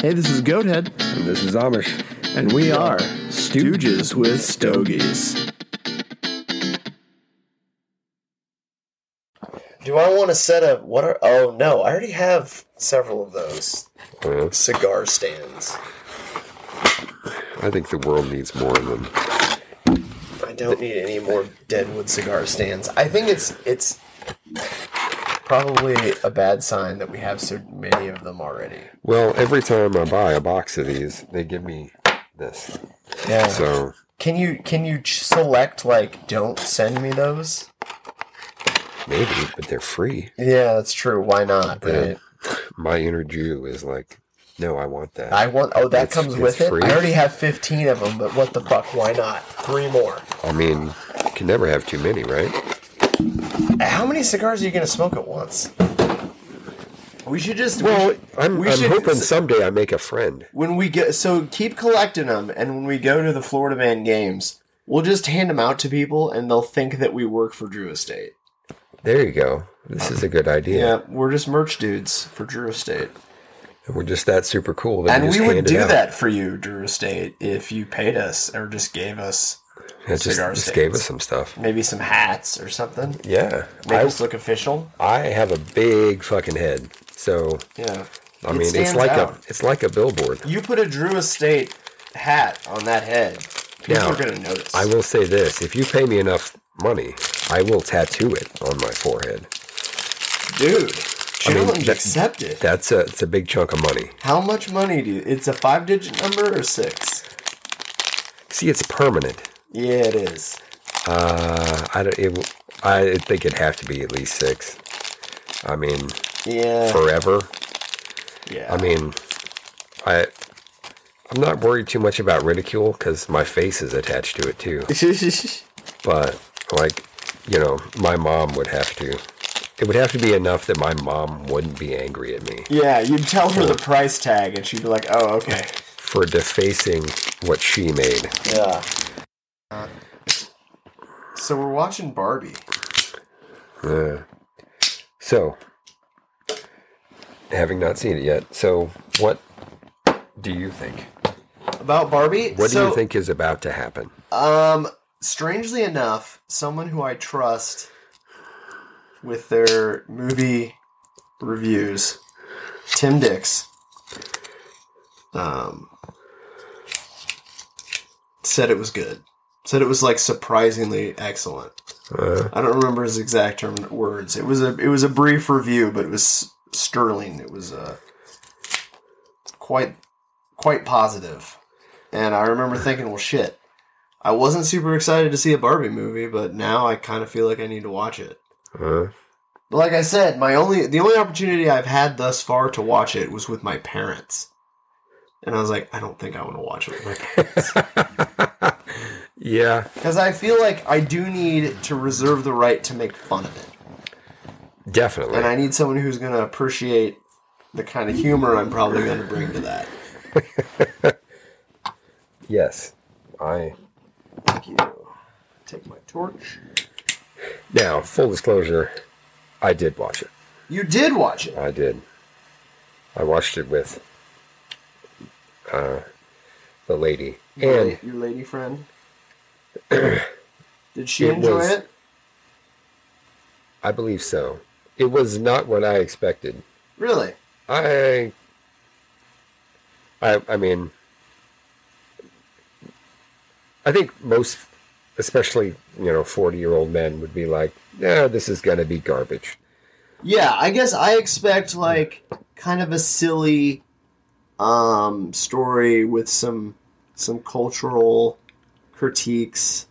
Hey, this is Goathead, And this is Amish. and we are Stooges with Stogies. Do I want to set up what are oh no, I already have several of those Uh-huh. cigar stands. I think the world needs more of them. I don't need any more deadwood cigar stands. I think it's it's probably a bad sign that we have so many of them already. Well, every time I buy a box of these, they give me this. Yeah. So can you can you ch- select like don't send me those? maybe, but they're free. Yeah, that's true. Why not? Yeah. right? My inner Jew is like, no, I want that. I want oh that It's- comes it's with it. free. I already have 15 of them, but what the fuck? Why not? Three more. I mean, you can never have too many, right? How many cigars are you going to smoke at once? We should just Well, I'm, We I'm should- hoping someday I make a friend. when we go so keep collecting them and when we go to the florida man games we'll just hand them out to people and they'll think that we work for drew estate There you go. This is a good idea. yeah we're just merch dudes for drew estate And we're just that super cool. That and just we would hand it do out. that for you drew estate if you paid us or just gave us It just, cigar just gave stands. us some stuff. maybe some hats or something Yeah. make I, us look official I have a big fucking head. So, yeah I It mean, it's stands like a out. it's like a billboard. you put a drew estate hat on that head people Now, are gonna notice I will say this: if you pay me enough money, I will tattoo it on my forehead. dude Challenge that- accepted. That's a it's a big chunk of money. How much money do you? It's a five digit number or six? See, it's permanent. Yeah, it is. Uh, I don't. It, w- I think it'd have to be at least six. I mean, Yeah. forever. yeah. I mean, I I'm not worried too much about ridicule because my face is attached to it too. But like, you know, my mom would have to. It would have to be enough that my mom wouldn't be angry at me. yeah, you'd tell her the price tag and she'd be like, oh, okay. for defacing what she made. Yeah. So we're watching Barbie. Uh, so, having not seen it yet, so what do you think? About Barbie? What do so, you think is about to happen? Um, strangely enough, someone who I trust with their movie reviews, Tim Dix, um, said it was good. Said it was like surprisingly excellent. Uh, I don't remember his exact term words. It was a it was a brief review, but it was sterling. It was uh, quite quite positive, and I remember thinking, well, shit. I wasn't super excited to see a Barbie movie, but now I kind of feel like I need to watch it. uh, But like I said, my only the only opportunity I've had thus far to watch it was with my parents, and I was like, I don't think I want to watch it with my parents. yeah. because I feel like I do need to reserve the right to make fun of it. Definitely. and I need someone who's going to appreciate the kind of humor I'm probably going to bring to that. yes. I. Thank you. Take my torch. Now, full disclosure, I did watch it. You did watch it. I did. I watched it with uh, the lady. Your And la- your lady friend. did she It enjoy was- it? I believe so. It was not what I expected. Really? I, I, I mean, I think most, especially you know, forty-year-old men would be like, "Yeah, this is gonna be garbage." Yeah, I guess I expect like kind of a silly um story with some some cultural critiques.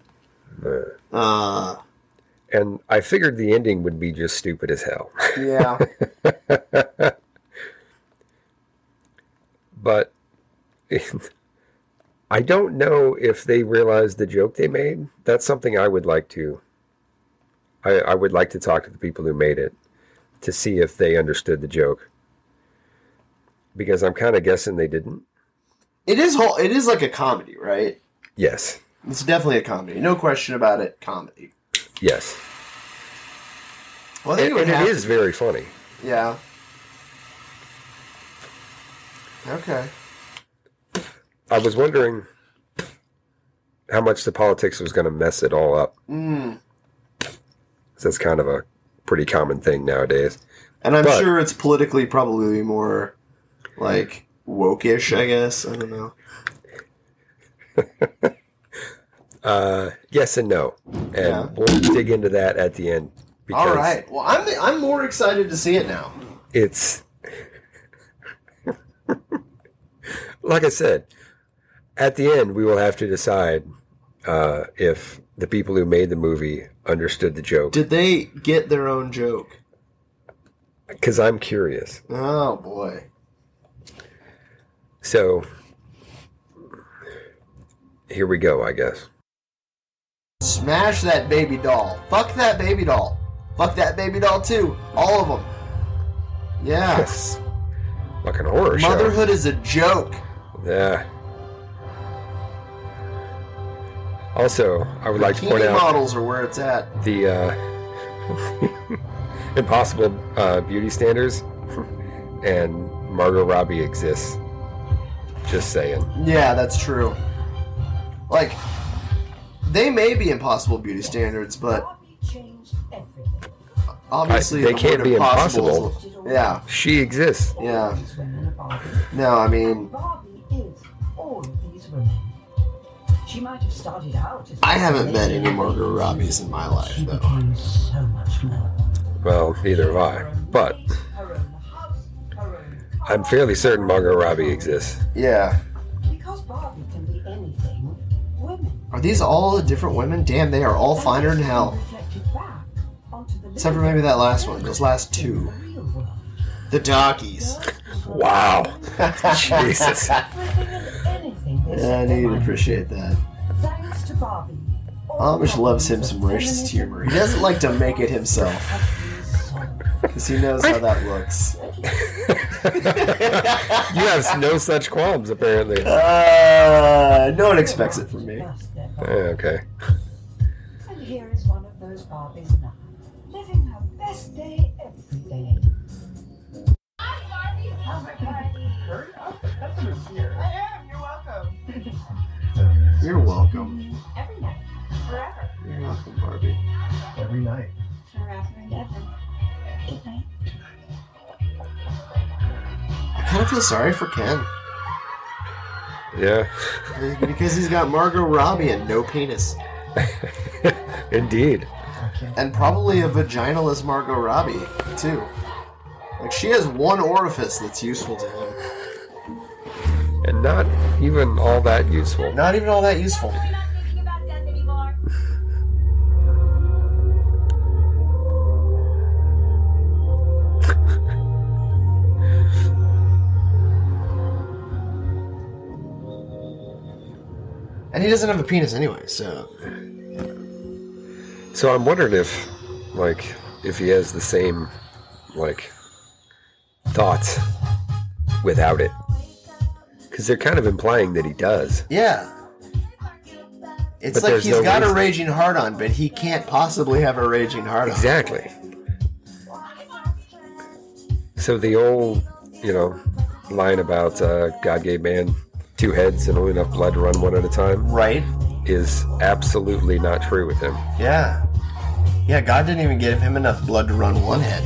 Uh, Uh And I figured the ending would be just stupid as hell. yeah. But I don't know if they realized the joke they made. That's something I would like to. I, I would like to talk to the people who made it to see if they understood the joke. Because I'm kind of guessing they didn't. it is whole it is like a comedy, right? Yes. It's definitely a comedy. No question about it, comedy. Yes. Well, I think And, it would and have it is very funny. Yeah. Okay. I was wondering how much the politics was going to mess it all up. Mm. That's kind of a pretty common thing nowadays. And I'm But- sure it's politically probably more like woke-ish, I guess. I don't know. Uh, yes and no, and Yeah. we'll dig into that at the end. Because All right. Well, I'm I'm more excited to see it now. it's like I said, at the end we will have to decide uh, if the people who made the movie understood the joke. Did they get their own joke? Because I'm curious. Oh boy. So here we go, I guess. Smash that baby doll. Fuck that baby doll. Fuck that baby doll too. All of them. Yeah. Yes. Fucking horror show. Motherhood is a joke. Yeah. Also, I would like to point Bikini out models are where it's at. the uh, impossible uh, beauty standards and Margot Robbie exists. Just saying. Yeah, that's true. Like, they may be impossible beauty standards, but Bobby changed everything. obviously I- they the can't word be impossible. is- impossible. Yeah, She exists. yeah. These women are Barbie. No, I mean, Barbie is all of these women. She might have started out as I haven't met any Margot Robbies in my life, She though. became so much more. Well, neither have I. But Her own house, her own car. I'm fairly certain Margot Robbie exists. Yeah. Because Barbie can be anything, women. Are these all the different women? Damn, they are all finer than hell. Except for maybe that last one, those last two. The doggies. Wow. Jesus. I knew you'd appreciate that. Thanks to Barbie. all Amish loves him some problems of racist feminism humor. He doesn't like to make it himself have been solved. because he knows how that looks. You have no such qualms, apparently. Uh, no one expects it from me. Eh, Okay. And here is one of those Barbies now, living her best day every day. You're welcome. Every night, forever, You're welcome, Barbie. forever and ever. Good night. I kind of feel sorry for Ken Yeah. because he's got Margot Robbie and no penis, Indeed. and probably a vaginalist Margot Robbie too. Like she has one orifice that's useful to him. And not even all that useful. Not even all that useful. not thinking about death anymore. And he doesn't have a penis anyway, so So I'm wondering if, like, if he has the same, like, thoughts without it. Because they're kind of implying that he does. yeah. It's But like there's he's no got a reason. raging heart on, but he can't possibly have a raging heart on. Exactly. So the old, you know, line about uh, God gave man two heads and only enough blood to run one at a time Right? is absolutely not true with him. Yeah. Yeah, God didn't even give him enough blood to run one head.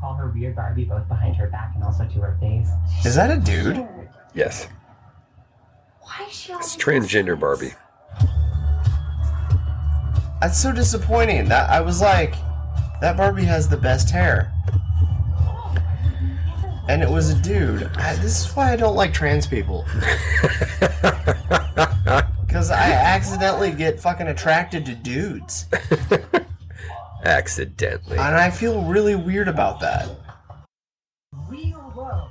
call her weird Barbie both behind her back and also to her face. Is that a dude? Yes. Why is she It's always transgender Barbie. That's so disappointing. That I was like, that Barbie has the best hair. And it was a dude. I, this is why I don't like trans people. Because I accidentally get fucking attracted to dudes. Accidentally. And I feel really weird about that. Real world.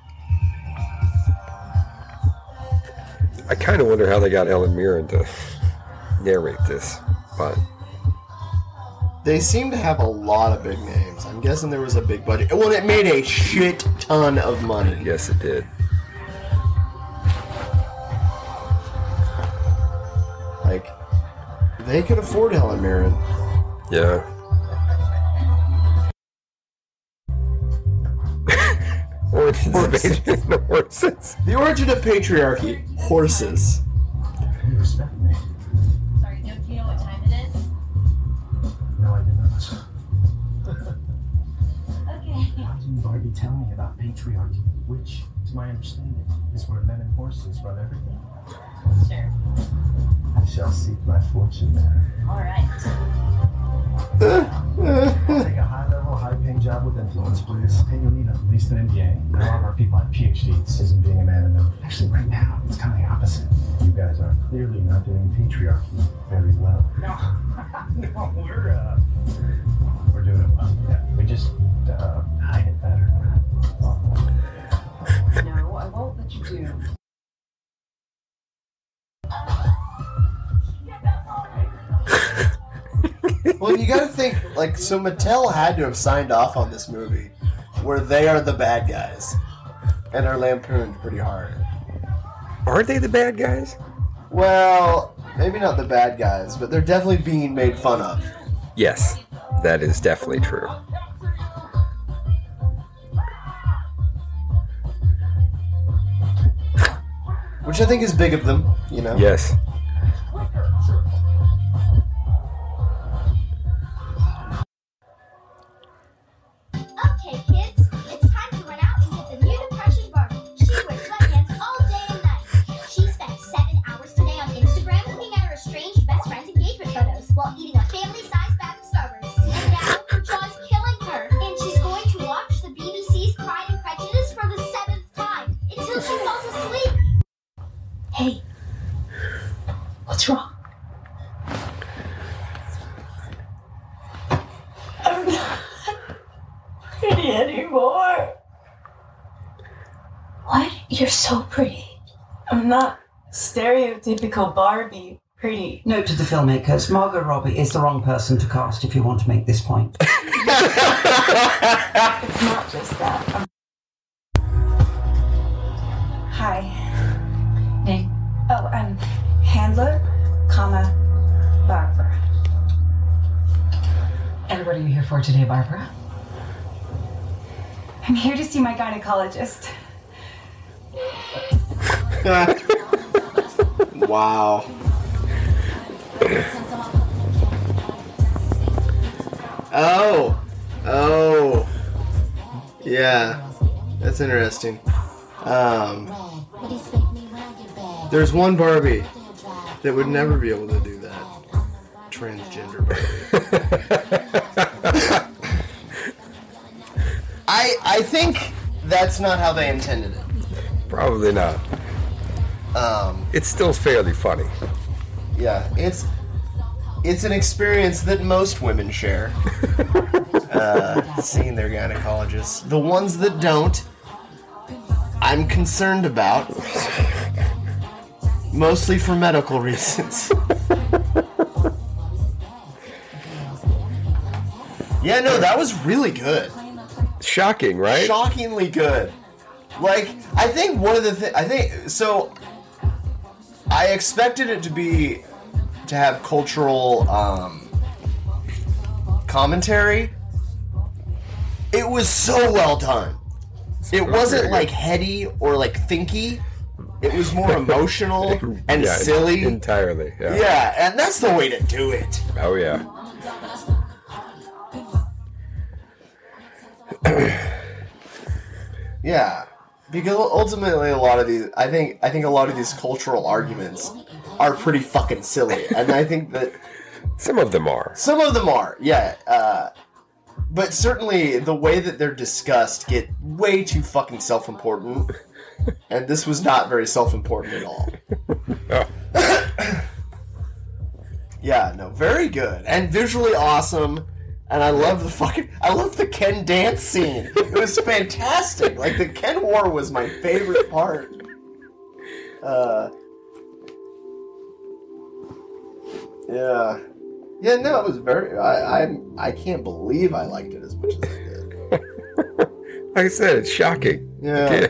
I kind of wonder how they got Helen Mirren to narrate this, but They seem to have a lot of big names. I'm guessing there was a big budget. Well, it made a shit ton of money. yes, it did. Like, they could afford Helen Mirren. Yeah. or Horses. Horses. Invasion of horses. The origin of patriarchy: horses. Respect me. Sorry, don't you know what time it is? No, I did not. Okay. How can Barbie tell me about patriarchy, which, to my understanding, is where men and horses run everything? Sure. I shall seek my fortune there. All right. Eh. Take a high-level, high-paying job with influence, please. And you'll need at least an MBA. A lot of our people have PhDs. Isn't being a man enough? Actually, right now, it's kind of the opposite. You guys are clearly not doing patriarchy very well. No, no, we're uh, we're doing it well. Yeah, we just uh, hide it better. No, I won't let you do. Well, you got to think like so. Mattel had to have signed off on this movie, where they are the bad guys, and are lampooned pretty hard. Aren't they the bad guys? Well, maybe not the bad guys, but they're definitely being made fun of. Yes, that is definitely true. Which I think is big of them, you know? Yes. Okay, kids, it's time to run out and get the new depression Barbie. She wears sweatpants all day and night. She spent seven hours today on Instagram looking at her estranged best friend's engagement photos while eating a family-sized bag of Starburst. And now her jaw's killing her, and she's going to watch the BBC's Pride and Prejudice for the seventh time until she falls asleep. Hey, what's wrong? I'm not pretty anymore. What? You're so pretty. I'm not stereotypical Barbie pretty. Note to the filmmakers, Margot Robbie is the wrong person to cast if you want to make this point. It's not just that. I'm- Hi. Name? Oh, um, Handler, comma, Barbara. And what are you here for today, Barbara? I'm here to see my gynecologist. wow. oh. Oh. Yeah. That's interesting. Um, there's one Barbie that would never be able to do that. Transgender Barbie. I I think that's not how they intended it. Probably not. Um, It's still fairly funny. yeah, it's it's an experience that most women share. uh, seeing their gynecologists, the ones that don't, I'm concerned about, mostly for medical reasons. yeah, no, that was really good. Shocking, right? shockingly good. Like I think one of the thi- I think so. I expected it to be to have cultural um, commentary. It was so well done. It wasn't like heady or like thinky. It was more emotional and Yeah, silly. Entirely. Yeah. yeah, and that's the way to do it. Oh, yeah. Yeah, because ultimately, a lot of these, I think, I think a lot of these cultural arguments are pretty fucking silly, and I think that Some of them are. some of them are, yeah. Uh, but certainly, the way that they're discussed get way too fucking self-important, and this was not very self-important at all. yeah, no, very good and visually awesome. And I love the fucking I love the Ken dance scene. It was fantastic. Like the Ken war was my favorite part. Uh, yeah, yeah. No, it was very. I, I'm. I can't believe I liked it as much as I did. Like I said, it's shocking. Yeah.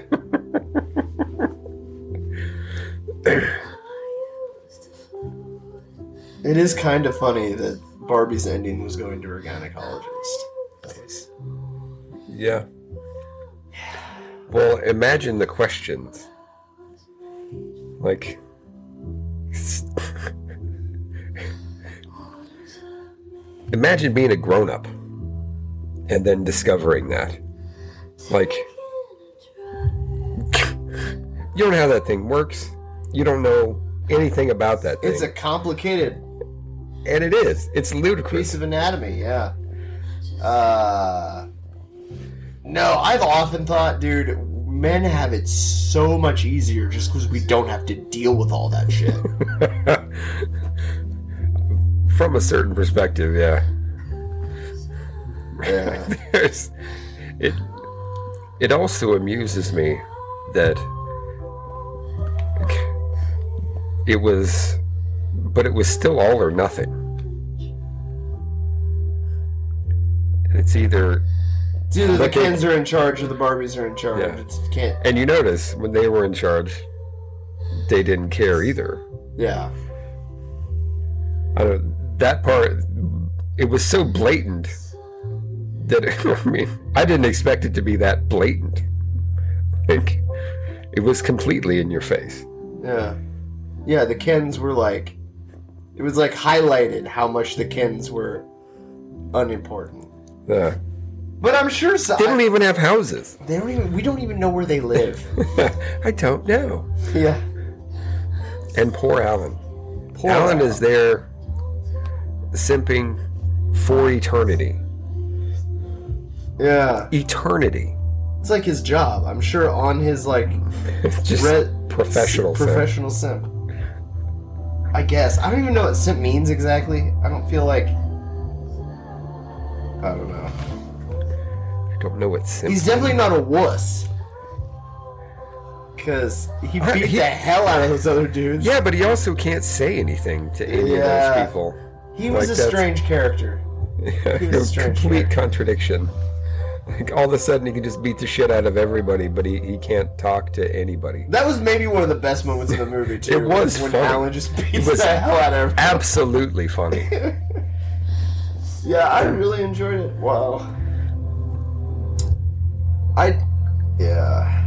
It is kind of funny that Barbie's ending was going to her gynecologist. yeah. Well, imagine the questions. Like, imagine being a grown up and then discovering that. Like, you don't know how that thing works. You don't know anything about that thing. It's a complicated and it is. It's piece ludicrous. of anatomy, yeah. Uh, no, I've often thought, dude, men have it so much easier just because we don't have to deal with all that shit. From a certain perspective, yeah. yeah. There's, it it also amuses me that it was but it was still all or nothing it's either It's either the Look at- Kens are in charge or the Barbies are in charge. Yeah. It's can't. and you notice when they were in charge they didn't care either Yeah. I don't, that part it was so blatant that I mean I didn't expect it to be that blatant. Like it was completely in your face. Yeah. Yeah, the Kens were like it was like highlighted how much the Kens were unimportant. Uh, But I'm sure so, they don't e-, even have houses. they don't even we don't even know where they live. I don't know. yeah. And poor Alan. Poor Alan, is there simping for eternity. Yeah. Eternity. It's like his job. I'm sure on his like It's just Re- professional. thing. professional simp. I guess. I don't even know what simp means exactly. I don't feel like I don't know. Don't know what simp. He's definitely not a wuss. Cause he Uh, beat he- the hell out of those other dudes. yeah, but he also can't say anything to any of Yeah. those people. He was a Like, that's- strange character. He was a strange complete character. contradiction. Like all of a sudden, he can just beat the shit out of everybody, but he, he can't talk to anybody. That was maybe one of the best moments in the movie too. It was when funny. Alan just beats was- the hell out of. Her. Absolutely funny. Yeah, I really enjoyed it. Wow. I. Yeah.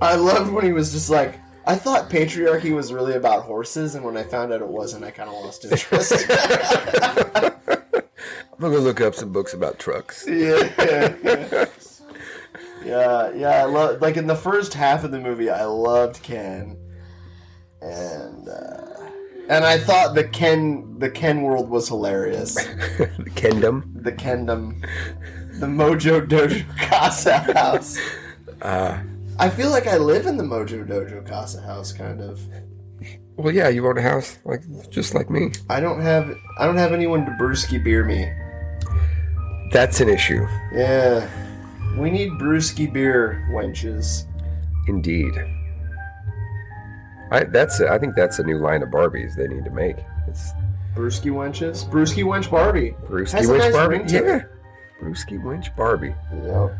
I loved when he was just like. I thought patriarchy was really about horses, and when I found out it wasn't, I kind of lost interest. I'm gonna look up some books about trucks. yeah, yeah, yeah. yeah, yeah. I love like in the first half of the movie, I loved Ken, and uh, and I thought the Ken the Ken world was hilarious. Kendom. The Kendom, the Mojo Dojo Casa house. I feel like I live in the Mojo Dojo Casa house, kind of. Well, yeah, you own a house like just like me. I don't have I don't have anyone to brewski beer me. That's an issue, Yeah, we need brewski beer wenches. indeed. I that's I think that's a new line of Barbies they need to make. It's Brewski wenches. Brewski wench Barbie. Brewski Has a Winch nice Barbie. ring to Yeah, it. Brewski Winch Barbie. Yep.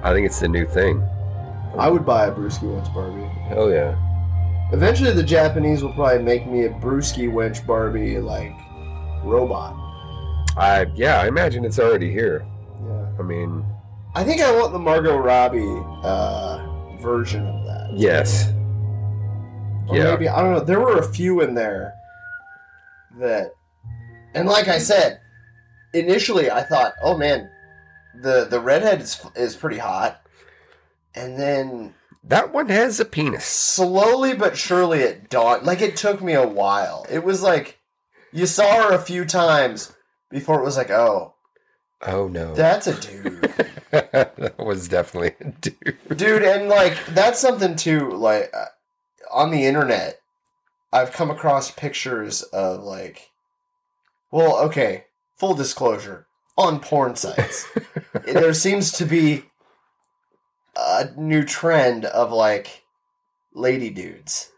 I think it's the new thing. I would buy a brewski wench Barbie. Hell yeah. Eventually, the Japanese will probably make me a brewski wench Barbie like robot. I yeah, I imagine it's already here. Yeah. I mean, I think I want the Margot Robbie uh, version of that. yes. Or Yeah. maybe I don't know. There were a few in there that, and like I said, initially I thought, oh man, the the redhead is is pretty hot, and then That one has a penis. slowly but surely it dawned. Like it took me a while. It was like you saw her a few times before it was like, oh, Oh no. That, that's a dude. was definitely a dude. dude and like that's something too like uh, on the internet i've come across pictures of like well okay full disclosure on porn sites there seems to be a new trend of like lady dudes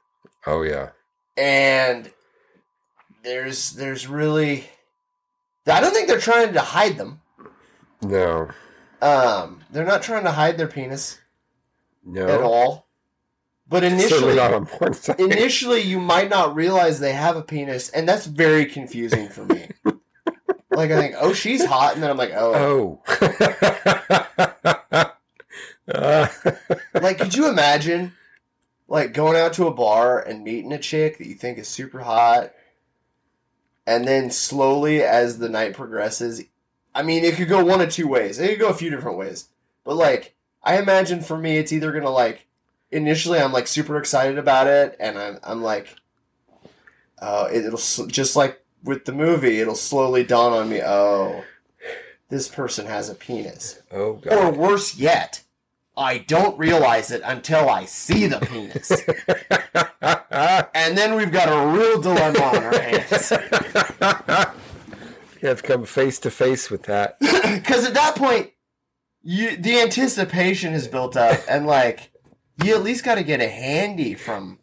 Oh yeah. and there's there's really i don't think they're trying to hide them No. um they're not trying to hide their penis at No. all. But Certainly initially, not on porn site. initially you might not realize they have a penis, and that's very confusing for me. Like I think, oh, she's hot, and then I'm like, oh, Oh. Uh, like could you imagine, like going out to a bar and meeting a chick that you think is super hot, and then slowly as the night progresses, I mean, it could go one of two ways. It could go a few different ways, but like I imagine for me, it's either gonna like initially I'm like super excited about it, and I'm I'm like, oh, it, it'll sl- just like with the movie, it'll slowly dawn on me, oh, this person has a penis. oh Or god. worse yet, I don't realize it until I see the penis. and then we've got a real dilemma on our hands. you have to come face to face with that. Because at that point, you, the anticipation is built up, and like, you at least got to get a handy from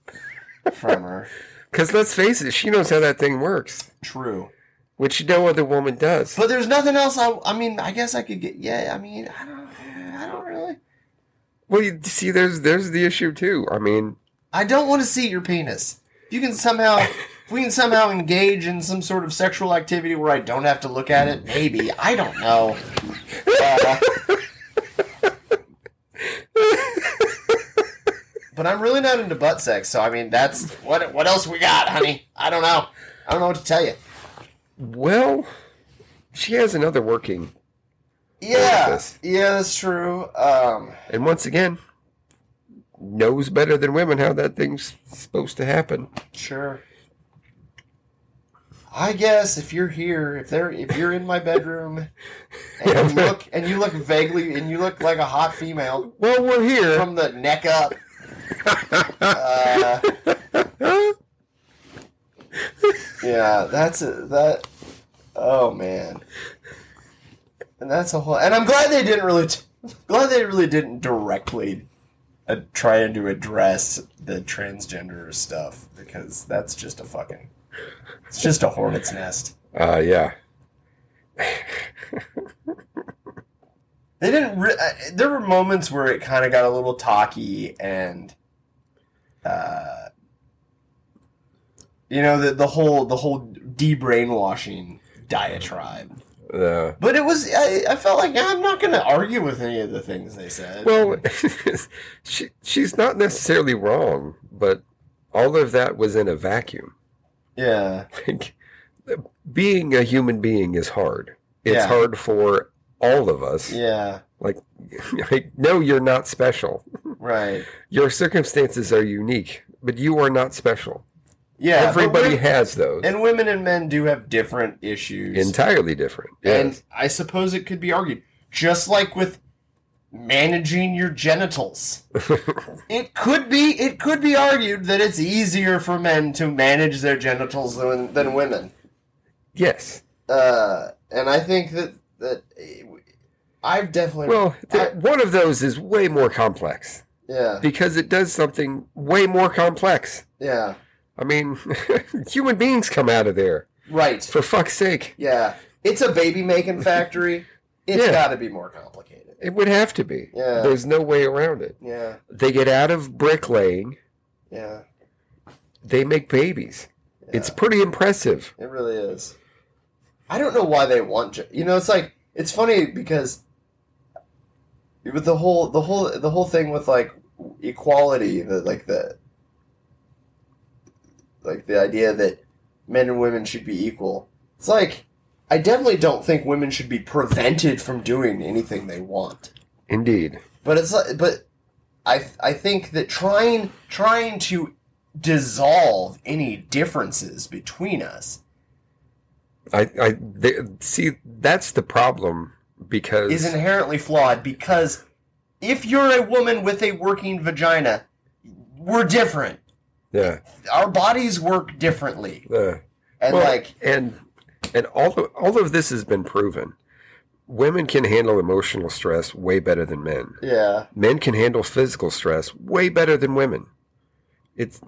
from her. Because let's face it, she knows how that thing works, True. which no other woman does. But there's nothing else. I, I mean, I guess I could get. Yeah, I mean, I don't, I don't really. Well, you see, there's there's the issue too. I mean, I don't want to see your penis. If you can somehow, if we can somehow engage in some sort of sexual activity where I don't have to look at it, maybe I don't know. Uh, but I'm really not into butt sex, so I mean, that's what. What else we got, honey? I don't know. I don't know what to tell you. well, she has another working, Yeah, this. yeah, that's true. Um, and once again, knows better than women how that thing's supposed to happen. Sure. I guess if you're here, if they're if you're in my bedroom and you look and you look vaguely and you look like a hot female Well, we're here. from the neck up. Uh, yeah, that's a, that. Oh man, and that's a whole. And I'm glad they didn't really, t- glad they really didn't directly uh, trying to address the transgender stuff because that's just a fucking, it's just a hornet's nest. Uh, yeah. They didn't. Re- uh, there were moments where it kind of got a little talky, and uh, you know the the whole the whole de-brainwashing diatribe. Uh, But it was. I, I felt like I'm not going to argue with any of the things they said. well, she she's not necessarily wrong, but all of that was in a vacuum. yeah, Like, being a human being is hard. It's Yeah. hard for all of us. yeah, Like, like, no, you're not special. right. Your circumstances are unique, but you are not special. Yeah, but Everybody women- has those. and women and men do have different issues. Entirely different. And Yes. I suppose it could be argued, just like with managing your genitals. it could be it could be argued that it's easier for men to manage their genitals than than women. yes. Uh, and I think that that eh, I've definitely Well, th- I- one of those is way more complex yeah because it does something way more complex. yeah I mean, human beings come out of there. right For fuck's sake, yeah it's a baby making factory. It's Yeah. got to be more complicated. it would have to be. Yeah. There's no way around it. Yeah They get out of bricklaying, yeah they make babies. It's Yeah. pretty impressive. It really is. I don't know why they want ge- you know. It's like it's funny because with the whole the whole the whole thing with like equality, the, like the like the idea that men and women should be equal. It's like I definitely don't think women should be prevented from doing anything they want. Indeed. But it's like, but I I think that trying trying to dissolve any differences between us I, I they, see that's the problem because is inherently flawed because if you're a woman with a working vagina, we're different. yeah, Our bodies work differently. yeah. And Well, like and and all of, all of this has been proven. Women can handle emotional stress way better than men. yeah, Men can handle physical stress way better than women. It's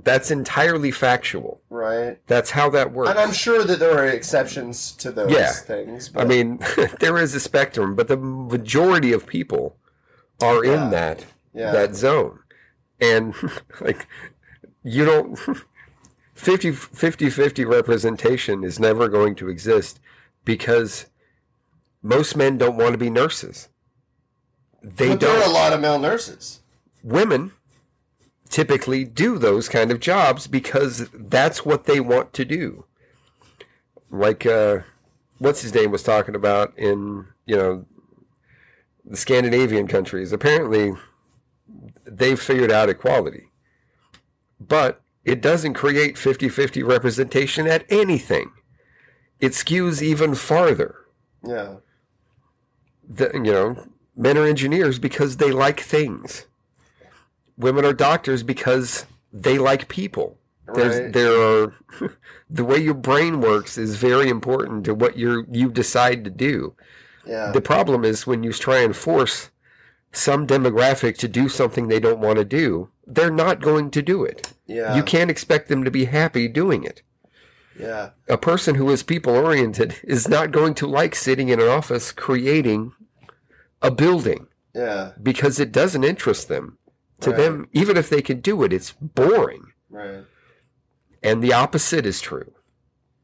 that's entirely factual. right. That's how that works. And I'm sure that there are exceptions to those Yeah. things. I But mean, there is a spectrum, but the majority of people are Yeah. in that Yeah. that zone. And like you don't 50 50 representation is never going to exist because most men don't want to be nurses. They but there don't. are a lot of male nurses. Women typically do those kind of jobs because that's what they want to do. Like, uh, what's his name was talking about in, you know, the Scandinavian countries. Apparently, they've figured out equality. But it doesn't create 50 50 representation at anything, it skews even farther Yeah. the, you know, men are engineers because they like things. Women are doctors because they like people. There's, Right. there are the way your brain works is very important to what you you decide to do. Yeah. The problem is when you try and force some demographic to do something they don't want to do, they're not going to do it. yeah. You can't expect them to be happy doing it Yeah. a person who is people oriented is not going to like sitting in an office creating a building Yeah. because it doesn't interest them. To Right. them, even if they can do it, it's boring. Right. And the opposite is true.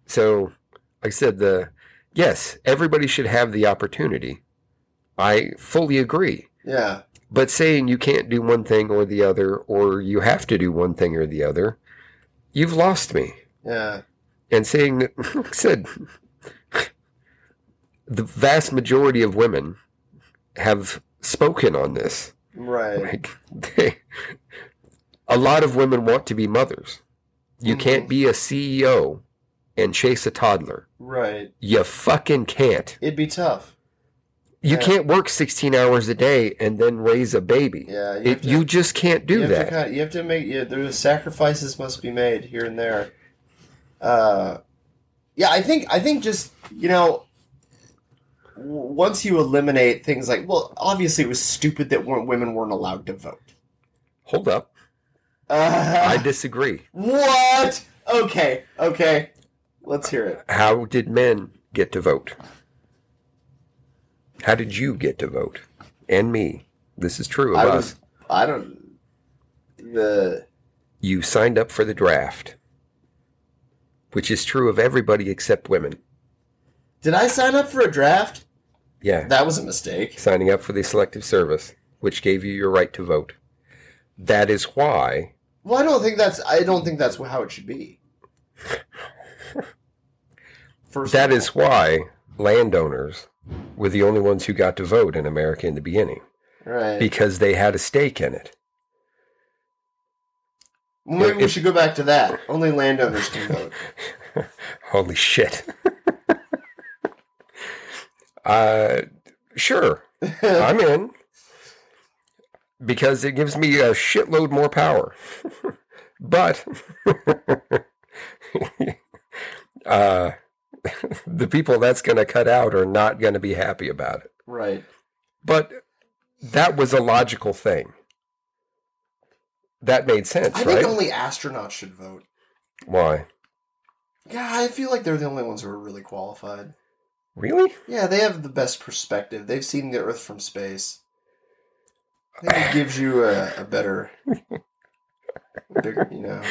So, like I said, the yes, everybody should have the opportunity. I fully agree. Yeah. But saying you can't do one thing or the other, or you have to do one thing or the other, you've lost me. Yeah. and saying that, like I said, the vast majority of women have spoken on this. Right. Like, they, a lot of women want to be mothers. Mm-hmm. You can't be a CEO and chase a toddler. Right. You fucking can't. It'd be tough. You Yeah. can't work 16 hours a day and then raise a baby. Yeah, you you, have it, to- you just can't do you Have that. to, kind you have to make. Yeah, there's sacrifices must be made here and there. Uh, yeah, I think. I think just you know. w- Once you eliminate things like, well, obviously it was stupid that weren't, women weren't allowed to vote. Hold up. I Uh, disagree. what? Okay, okay. Let's hear it. How did men get to vote? How did you get to vote? And me. This is true of I us. was. I don't. The You signed up for the draft, which is true of everybody except women. did I sign up for a draft? Yeah. That was a mistake. signing up for the selective service, which gave you your right to vote. That is why Well, I don't think that's. I don't think that's how it should be. First, that of all. is why landowners were the only ones who got to vote in America in the beginning right. because they had a stake in it. Well, Maybe we If- should go back to that. Only landowners can vote. Holy shit. uh, sure, I'm in because it gives me a shitload more power. but uh, the people that's going to cut out are not going to be happy about it. right. But that was a logical thing. That made sense, I think right? only astronauts should vote. Why? Yeah, I feel like they're the only ones who are really qualified. Really? Yeah, they have the best perspective. They've seen the Earth from space. I think it gives you a, a better, bigger, you know.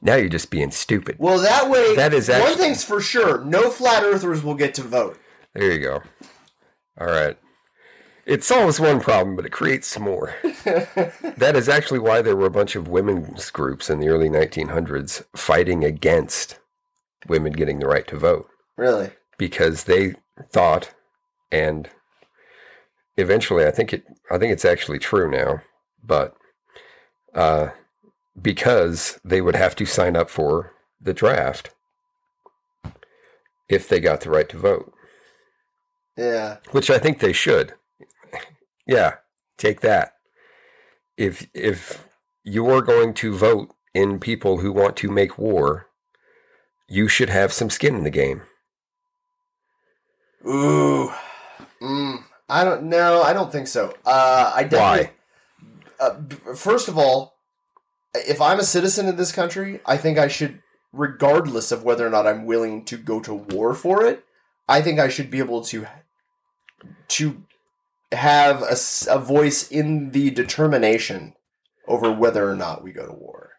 Now you're just being stupid. Well, that way, That is one actually- thing's for sure: no flat earthers will get to vote. There you go. All right. It solves one problem, but it creates some more. that is actually why there were a bunch of women's groups in the early 1900s fighting against women getting the right to vote Really? because they thought, and eventually, I think it, I think it's actually true now, but uh, because they would have to sign up for the draft if they got the right to vote Yeah. which I think they should. Yeah, take that. If if you are going to vote in people who want to make war, you should have some skin in the game. Ooh. Mm, I don't know. I don't think so. Uh, I definitely, Why? Uh, b- first of all, if I'm a citizen of this country, I think I should, regardless of whether or not I'm willing to go to war for it, I think I should be able to to have a, s- a voice in the determination over whether or not we go to war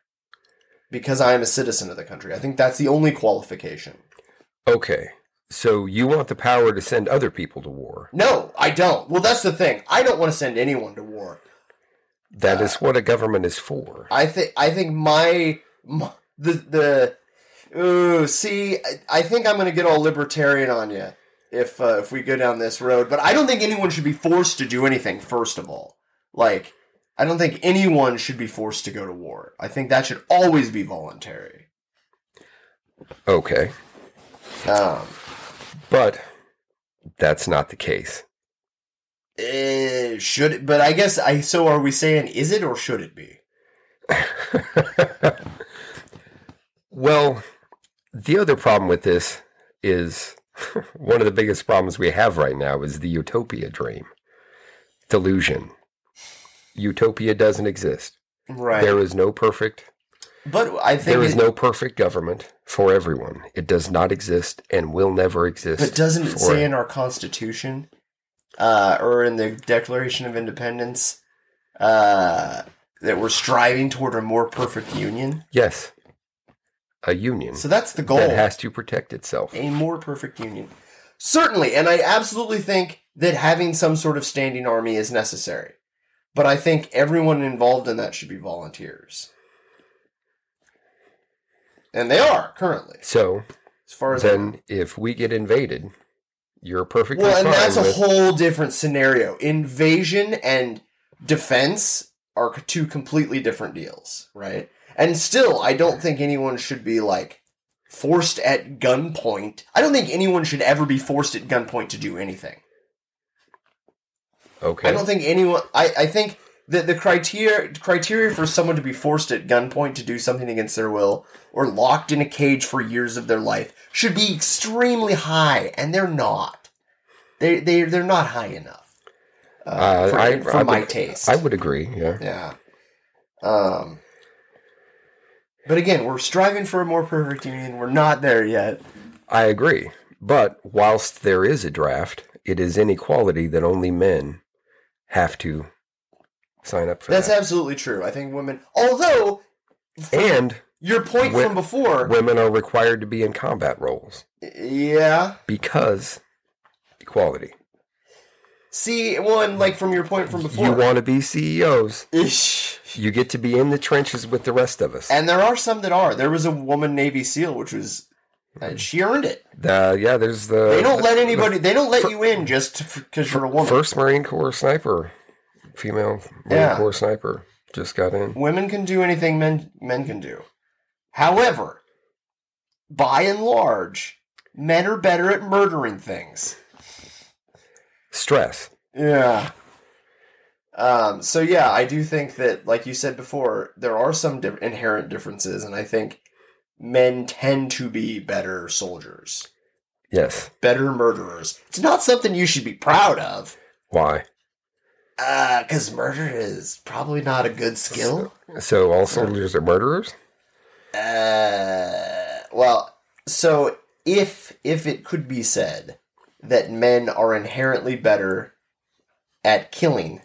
because I am a citizen of the country. I think that's the only qualification. Okay. So you want the power to send other people to war? No, I don't. Well, that's the thing. I don't want to send anyone to war. That is what a government is for. I think I think my, my the the ooh, see, I, I think I'm going to get all libertarian on you if uh, if we go down this road. But I don't think anyone should be forced to do anything. First of all, like I don't think anyone should be forced to go to war. I think that should always be voluntary. Okay, Um, but that's not the case. eh, should it, but I guess I. So are we saying is it or should it be? Well, the other problem with this is one of the biggest problems we have right now is the utopia dream, delusion. Utopia doesn't exist. Right. There is no perfect. but I think There is it- no perfect government for everyone. It does not exist and will never exist. But doesn't it for- say in our Constitution, uh, or in the Declaration of Independence, uh, that we're striving toward a more perfect union? Yes, a union So that's the goal. that has to protect itself. a more perfect union. Certainly, and I absolutely think that having some sort of standing army is necessary. But I think everyone involved in that should be volunteers. And they are currently, So as far as I know. then, if we get invaded, you're perfectly Well, and fine that's a with- whole different scenario. Invasion and defense are c- two completely different deals, right? And still, I don't think anyone should be like forced at gunpoint. I don't think anyone should ever be forced at gunpoint to do anything. okay. I don't think anyone. I, I think that the criteria criteria for someone to be forced at gunpoint to do something against their will or locked in a cage for years of their life should be extremely high, and they're not. They they they're not high enough. Uh, Uh, for, I- for I my would- taste, I would agree. Yeah. Yeah. Um. But again, we're striving for a more perfect union. We're not there yet. I agree. But whilst there is a draft, it is inequality that only men have to sign up for That's that. absolutely true. I think women, although and your point Wi- from before, women are required to be in combat roles yeah, because equality. See, one like from your point from before. You want to be CEOs, Ish. you get to be in the trenches with the rest of us. And there are some that are. There was a woman Navy SEAL, which was Mm-hmm. uh, she earned it. The- yeah, there's the They don't the- let anybody. They don't let Uh, fir- you in just because you're a the woman. first Marine Corps sniper, female Marine Yeah. Corps sniper, just got in. Women can do anything men men can do. However, by and large, men are better at murdering things. Stress. Yeah. Um, so yeah, I do think that, like you said before, there are some di- inherent differences, and I think men tend to be better soldiers, Yes. better murderers. It's not something you should be proud of, Why? because murder is probably not a good skill. So all soldiers are murderers? Uh, well, so if if it could be said that men are inherently better at killing,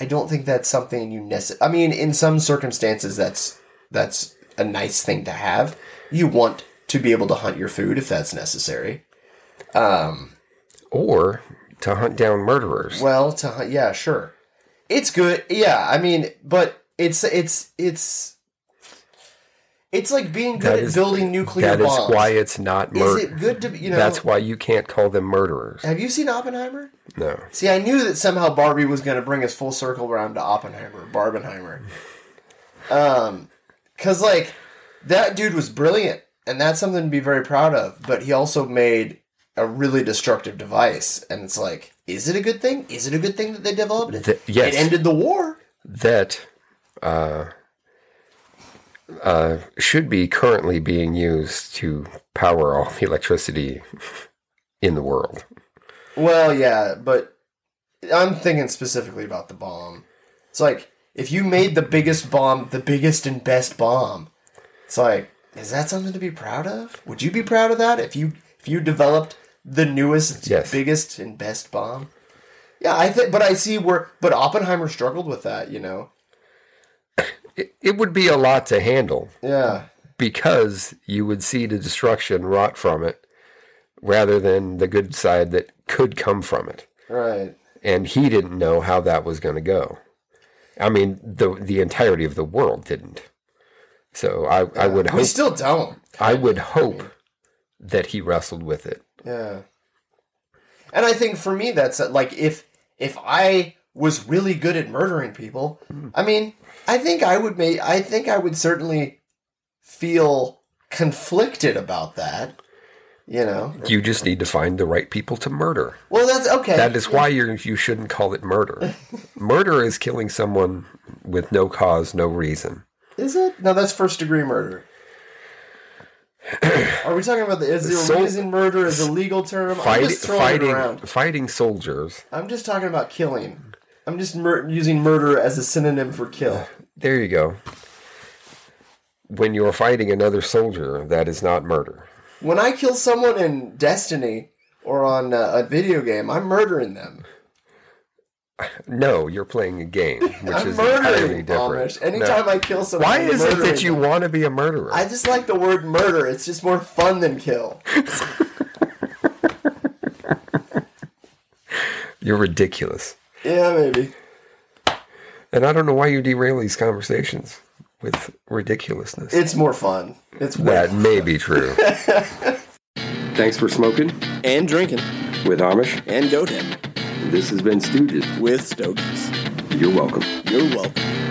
I don't think that's something you necessarily. I mean, in some circumstances, that's that's a nice thing to have. You want to be able to hunt your food if that's necessary. Um, or to hunt down murderers. well, to hunt, yeah, sure, it's good. Yeah, I mean, but it's it's it's. It's like being good That at is- building nuclear that is bombs. why it's not Is murder. it good to be- you know? That's why you can't call them murderers. Have you seen Oppenheimer? No. See, I knew that somehow Barbie was going to bring us full circle around to Oppenheimer, Barbenheimer. Um, because like that dude was brilliant, and that's something to be very proud of. But he also made a really destructive device, and it's like, is it a good thing? Is it a good thing that they developed it? Th- yes. it ended the war. That uh, uh, should be currently being used to power all the electricity in the world. Well, yeah, but I'm thinking specifically about the bomb. It's like if you made the biggest bomb, the biggest and best bomb. It's like, is that something to be proud of? Would you be proud of that if you if you developed the newest, Yes. biggest and best bomb? Yeah, I think, but I see where, but Oppenheimer struggled with that, you know. It, it would be a lot to handle Yeah, because you would see the destruction wrought from it rather than the good side that could come from it. Right. And he didn't know how that was going to go. I mean, the the entirety of the world didn't. So I, I would We hope still don't. I would hope that he wrestled with it. Yeah. And I think for me that's uh, like if if I was really good at murdering people, Hmm. I mean, I think I would make I think I would certainly feel conflicted about that. You know. You just need to find the right people to murder. Well, that's okay. That is why you you shouldn't call it murder. murder is killing someone with no cause, no reason. Is it? No, that's first degree murder. Are we talking about the is there a So- reason murder is a legal term? I'm Fight, just throwing it fighting around. fighting soldiers. I'm just talking about killing. I'm just mur- using murder as a synonym for kill. There you go. When you're fighting another soldier, that is not murder. When I kill someone in Destiny or on uh, a video game, I'm murdering them. No, you're playing a game, which I'm is entirely murdering different. Amish. Anytime No. I kill someone, Why I'm is it murdering that you them. want to be a murderer? I just like the word murder. It's just more fun than kill. You're ridiculous. Yeah, maybe. And I don't know why you derail these conversations with ridiculousness. It's more fun. It's way that may be true. Thanks for smoking And drinking. with Amish. And goat him. This has been Stooges. With Stogies. You're welcome. You're welcome.